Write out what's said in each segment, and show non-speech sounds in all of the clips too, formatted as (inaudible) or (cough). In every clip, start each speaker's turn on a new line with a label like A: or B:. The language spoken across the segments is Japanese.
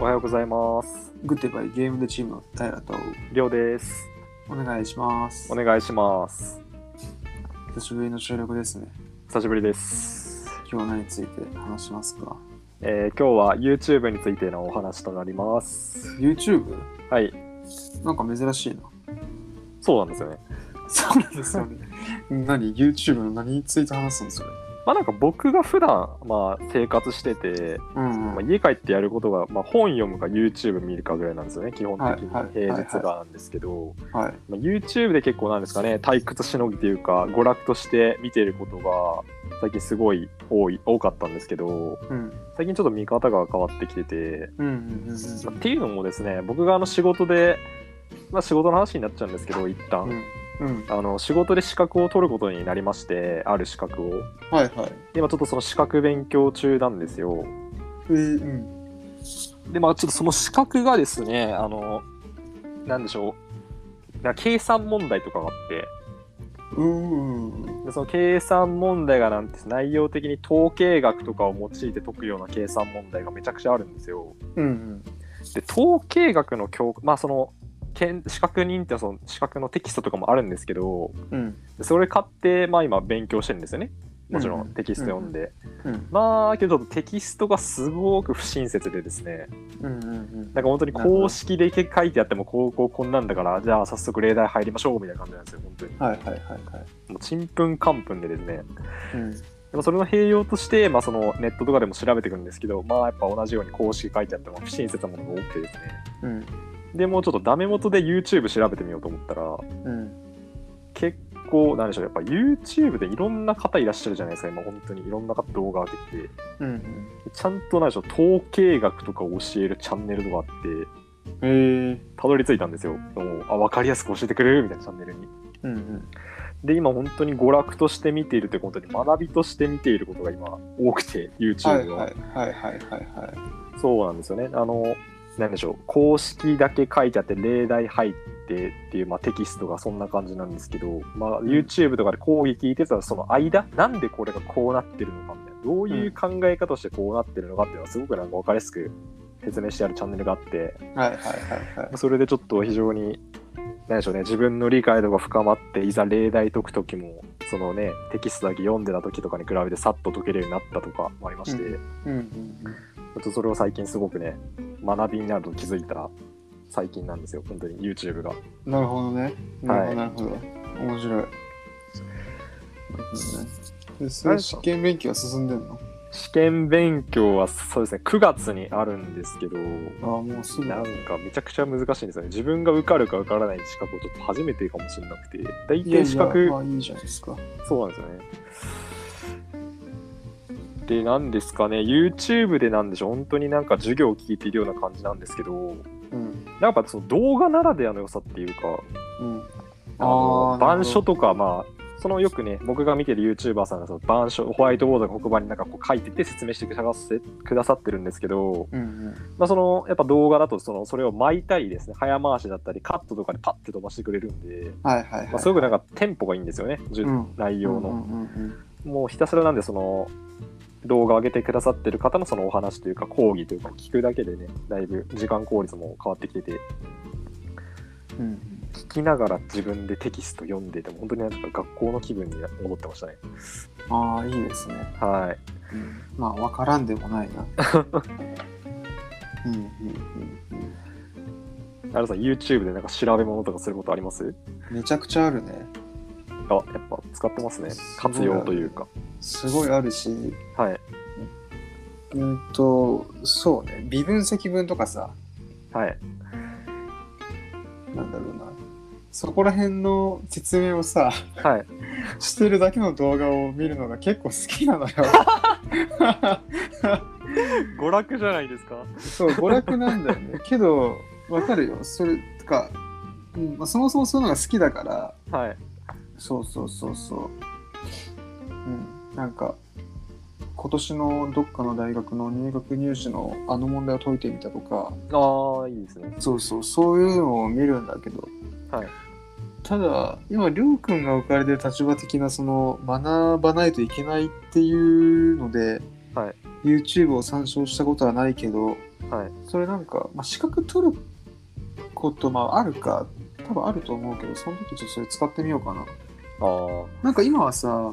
A: おはようございます。
B: グッデバイゲームでチームの平と
A: りょうです。
B: お願いします
A: お。願いします。
B: 久しぶりの収録ですね。
A: 久しぶりです。
B: 今日は何について話しますか
A: えー今日は YouTube についてのお話となります。
B: ?YouTube?
A: はい、
B: なん (laughs) か珍しい
A: そうなんですよね。
B: な。そうなんですよ (laughs) ね。何 ?YouTube の何について話すんそれ。
A: まあなんか僕が普段まあ生活してて、
B: うん、
A: ま
B: う
A: あ、
B: ん。
A: 家帰ってやることがまあ本読むか YouTube 見るかぐらいなんですよね。基本的に
B: はいはい
A: 平日がなんですけど、
B: はい。
A: まあ、YouTube で結構なんですかね、退屈しのぎというか娯楽として見ていることが最近すごい多い多かったんですけど、
B: うん。
A: 最近ちょっと見方が変わってきてて。
B: うん。うん。うん
A: まあっていうのもですね僕があの仕事で、まあ、仕事の話になっちゃうんですけど一旦、
B: うん。うん。
A: あの仕事で資格を取ることになりましてある資格を
B: はいはい。
A: で今ちょっとその資格勉強中なんですよ
B: えー、うん。
A: でまあちょっとその資格がですねあのなんでしょうな計算問題とかがあって
B: うんうん。
A: でその計算問題がなんて内容的に統計学とかを用いて解くような計算問題がめちゃくちゃあるんですよ
B: うん。
A: で統計学の教科まあそのけん資格認定のその資格のテキストとかもあるんですけど
B: うん。
A: でそれ買ってまあ今勉強してるんですよねもちろ
B: うん
A: んテキスト読んで、
B: うん。
A: まあけどちょっとテキストがすごく不親切でですね
B: うん。うん。
A: なんか本当に公式で書いてあってもこうこうこんなんだからじゃあ早速例題入りましょうみたいな感じなんですよ本当に
B: はいはいはいはい。
A: もうちんぷんかんぷんでですね
B: うん。
A: でもそれの併用として、まあ、そのネットとかでも調べていくんですけどまあやっぱ同じように公式書いてあっても不親切なものが多くてですね
B: うん。
A: でもうちょっとダメ元で YouTube 調べてみようと思ったら
B: うん。
A: 結構なんでしょうやっぱ YouTube でいろんな方いらっしゃるじゃないですか今本当にいろんな方動画上げて
B: うん。
A: てちゃんとなんでしょう統計学とかを教えるチャンネルとかあって
B: えー。
A: たどり着いたんですよもうあ分かりやすく教えてくれるみたいなチャンネルに
B: うん。うん。
A: で今本当に娯楽として見ているということに学びとして見ていることが今多くて YouTube は、
B: はいはいはいはいはい。
A: そうなんですよねあのなんでしょう公式だけ書いてあって例題入ってっていう、まあ、テキストがそんな感じなんですけど、まあ、YouTube とかで講義聞いてたらその間なんでこれがこうなってるのかみたいなどういう考え方としてこうなってるのかっていうのはすごくなんか分かりやすく説明してあるチャンネルがあって
B: はいはいはいはい。
A: それでちょっと非常に。なんでしょうね、自分の理解度が深まっていざ例題解く時もそのねテキストだけ読んでた時とかに比べてさっと解けるようになったとかもありまして、
B: うんうん
A: ちょっとそれを最近すごくね、学びになると気づいた最近なんですよ、本当に YouTube が。
B: うん、なるほどね。なるほ
A: はい
B: ど、なるほど。面白い。なるほどね。で、そ
A: 何
B: れ
A: でし
B: 試
A: ょう
B: 験勉強は進んでんの
A: 試験勉強はそうですね、9月にあるんですけど、
B: ああ、もうすぐ。
A: なんかめちゃくちゃ難しいんですよね。自分が受かるか受からない資格をちょっと初めてかもしれなくて、大
B: いや
A: 体
B: い
A: 資
B: や、
A: 格、
B: まあいいじゃないですか。
A: そうなんですよね。で、なんですかね、YouTube でなんでしょう、本当になんか授業を聞いているような感じなんですけど、
B: うん。
A: やっぱその動画ならではの良さっていうか、
B: うん。
A: あの
B: なる
A: 板
B: ほど
A: 書とか、まあ、そのよくね、僕が見てる YouTuber さんがその板書、ホワイトボードの黒板になんかこう書いてて説明してくださってくださってるんですけど、
B: うんうん。
A: まあ、そのやっぱ動画だとそのそれを巻いたりですね、早回しだったり、カットとかでパッて飛ばしてくれるんで、
B: はいはいはい。
A: まあ、すごくなんかテンポがいいんですよね、じゅ
B: うん
A: 内容の。
B: うんうんうん
A: もうひたすらなんで、その動画を上げてくださってる方のそのお話というか、講義というか、聞くだけでね、だいぶ時間効率も変わってきてて、
B: うん。うん
A: 聞きながら自分でテキスト読んでても、本当になんか学校の気分に戻ってましたね。
B: ああ、いいですね。
A: はい。
B: うんまあ、わからんでもない (laughs) な。うんうんうんうん。
A: あれさん、YouTube でなんか調べ物とかすることあります
B: めちゃくちゃあるね。
A: あ、やっぱ使ってますね。活用というか。
B: すごいあるし、
A: はい。
B: うんと、そうね、微分積分とかさ、
A: はい。
B: なんだろうな、そこら辺の説明をさ、
A: はい。
B: してるだけの動画を見るのが結構好きなのよ。
A: 娯楽じゃないですか。
B: そう、娯楽なんだよね。けど、わかるよ。それ、とか、うんまあ、そもそもそういうのが好きだから、
A: はい。
B: そうそうそうそう。うん、なんか、今年のどっかの大学の入学入試のあの問題を解いてみたとか、
A: ああ、いいですね。
B: そうそうそういうのを見るんだけど、
A: はい
B: ただ今りょうくんが置かれてる立場的なその学ばないといけないっていうので、
A: はい
B: YouTube を参照したことはないけど、
A: はい
B: それなんか、まあ、資格取ることまああるか多分あると思うけどその時ちょっとそれ使ってみようかな
A: あー
B: なんか今はさ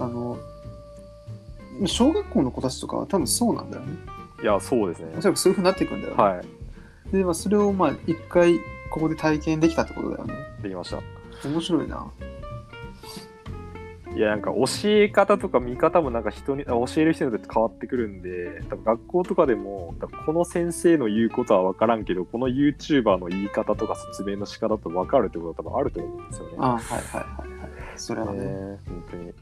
B: あの小学校の子たちとかは多分そうなんだよね
A: いやそうですね
B: おそらくそういう風になっていくんだよね、
A: は
B: で、まあ、それをまあ一回ここで体験できたってことだよね
A: いできました
B: 面白いない
A: やなんか教え方とか見方もなんか人に教える人によって変わってくるんで多分学校とかでも多分この先生の言うことは分からんけどこの YouTuber の言い方とか説明の仕方と分かるってことは多分あると思うんですよね。
B: あはいはいはいはいそれはね、
A: ね本当に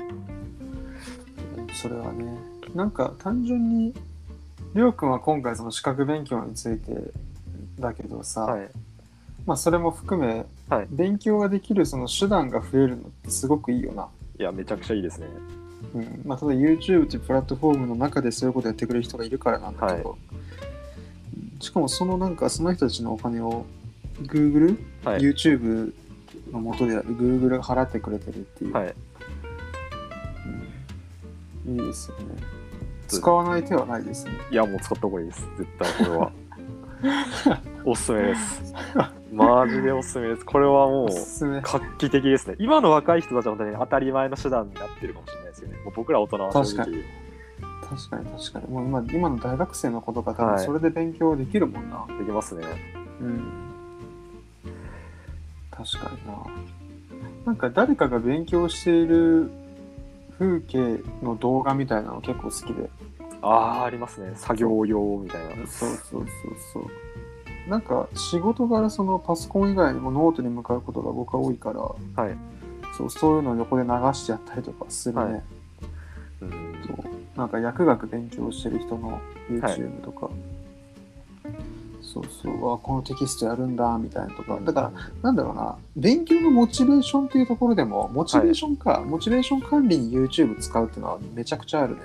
B: それはねなんか単純にりょうくんは今回その資格勉強についてだけどさ、
A: はい
B: まあそれも含め、
A: はい
B: 勉強ができるその手段が増えるのってすごくいいよな、
A: いやめちゃくちゃいいですね。
B: うんまあ、ただ YouTube っていうプラットフォームの中でそういうことやってくれる人がいるからなんだけど、うんしかもそのなんかその人たちのお金を Google、
A: はい
B: YouTube の元である Google が払ってくれてるっていう、
A: はい
B: いいですよね使わない手はないですね
A: いやもう使った方がいいです絶対こ (laughs) れはおすすめですマジでおすすめですこれはも
B: お
A: う
B: すすめ
A: 画期的ですね今の若い人たちは本当に当たり前の手段になってるかもしれないですよねもう僕ら大人は正
B: 確
A: 直
B: 確かに確かにもう今今の大学生の子とか多
A: は
B: 分
A: い
B: それで勉強できるもんな、
A: できますね
B: うん確かにななんか誰かが勉強している風景の動画みたいなの結構好きで
A: ああーありますね作業用みたいな
B: そうそうそうそうなんか仕事柄そのパソコン以外にもノートに向かうことが僕は多いから、
A: い
B: そうそういうのを横で流してやったりとかするね、
A: はいうん
B: そうなんか薬学勉強してる人の YouTube とか、そうそうあこのテキストやるんだみたいなとかだからなんだろうな勉強のモチベーションっていうところでもモチベーションか、モチベーション管理に YouTube 使うっていうのはめちゃくちゃあるね、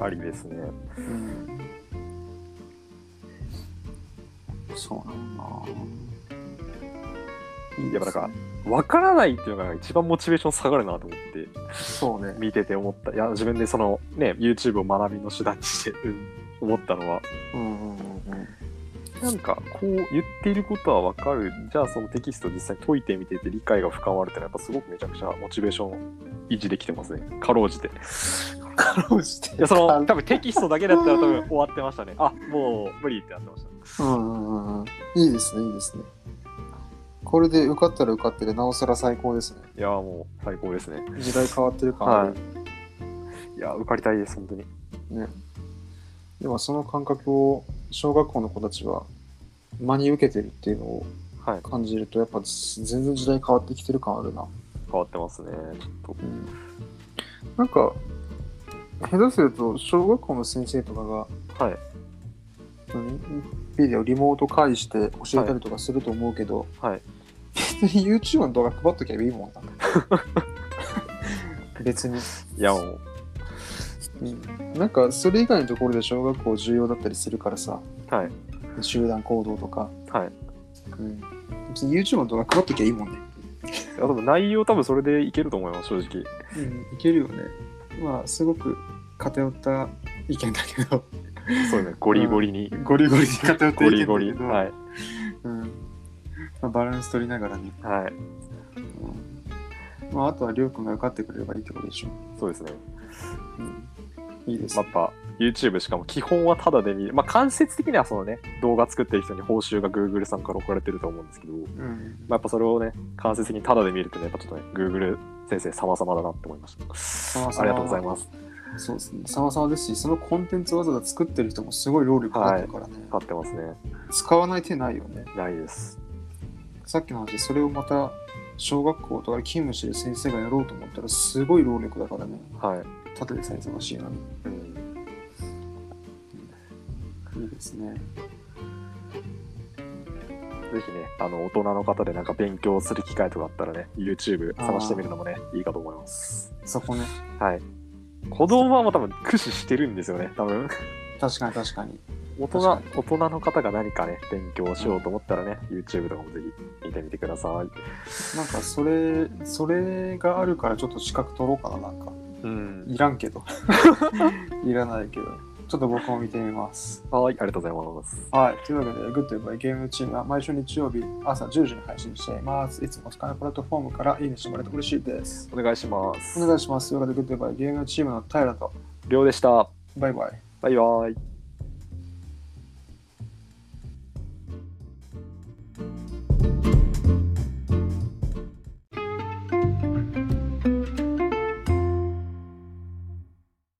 A: ありですね
B: うん、そうなんだないいですね
A: やっぱなんかわからないっていうのが一番モチベーション下がるなと思って
B: そうね
A: 見てて思ったいや自分でそのね YouTube を学びの手段にして、うん思ったのは
B: うんうんうんうん
A: なんかこう言っていることはわかるじゃあそのテキスト実際に解いてみてて理解が深まるってのはやっぱすごくめちゃくちゃモチベーション維持できてますねかろうじてい
B: (laughs) かろうじて
A: やその多分テキストだけだったら多分終わってましたねあもう無理ってなってました
B: うんうんうんうんいいですねいいですねこれで受かったら受かってでなおさら最高ですね
A: いやーもう最高ですね
B: 時代変わってる感ある、
A: いやー受かりたいです本当に
B: ねでもその感覚を小学校の子たちは真に受けてるっていうのを
A: はい
B: 感じるとやっぱ全然時代変わってきてる感あるな、
A: 変わってますねちょっ
B: うん、なんか下手すると小学校の先生とかが
A: とはい
B: 何ビデオリモート介して教えたりとかすると思うけど、
A: はい
B: 別に YouTube の動画配っときゃいいもんな別に、
A: いやもう
B: うん、なんかそれ以外のところで小学校重要だったりするからさ
A: はい
B: 集団行動とか、
A: はい
B: うん、別に YouTube の動画配っときゃいいもんね、
A: いや多分内容多分それでいけると思います正直
B: うん、いけるよねまあすごく偏った意見だけど
A: そうですねゴリゴリに、
B: (laughs) ゴリゴリに偏った意見だけど
A: ゴリゴリはい
B: うんまあ、バランス取りながらね、
A: はい
B: うんまあ、あとはりょうくんが受かってくれればいいってことでしょ
A: そうですね
B: いいです
A: やっぱ YouTube しかも基本はタダで見る、まあ、間接的にはそのね動画作ってる人に報酬が Google さんから送られてると思うんですけど、ま
B: うん
A: あ、やっぱそれをね間接的にタダで見るとねやっぱちょっとね Google 先生様々だなって思いました
B: 様々
A: ありがとうございます
B: そうですね。様々ですし、そのコンテンツをわざわざ作ってる人もすごい労力かかってるからね。
A: 買ってますね
B: 使わない手ないよね。
A: ないです
B: さっきの話、それをまた小学校とかで勤務してる先生がやろうと思ったらすごい労力だからね。
A: はい、
B: ただでさえ忙しいのに。
A: うん、
B: いいですね。
A: ぜひねあの大人の方でなんか勉強する機会とかあったらね YouTube 探してみるのもねいいかと思います
B: そこね。
A: はい子供はもう多分駆使してるんですよね多分
B: 確かに確かに。
A: 大人
B: 確
A: 大人の方が何かね勉強しようと思ったらね、YouTube とかもぜひ見てみてください。
B: なんかそれ、それがあるからちょっと資格取ろうかな、なんか。
A: うん、
B: (laughs) いらんけど。いらないけど。ちょっと僕も見てみます。
A: はい、ありがとうございます。
B: はい。というわけで、グッドエバイゲームチームは毎週日曜日朝10時に配信しています。いつもお使いのプラットフォームからいいねしてもらえて嬉しいです。
A: お願いします。
B: お願いします。というわけで、グッドエバイゲームチームの平と、
A: りょうでした。
B: バイバイ。
A: バイバイ。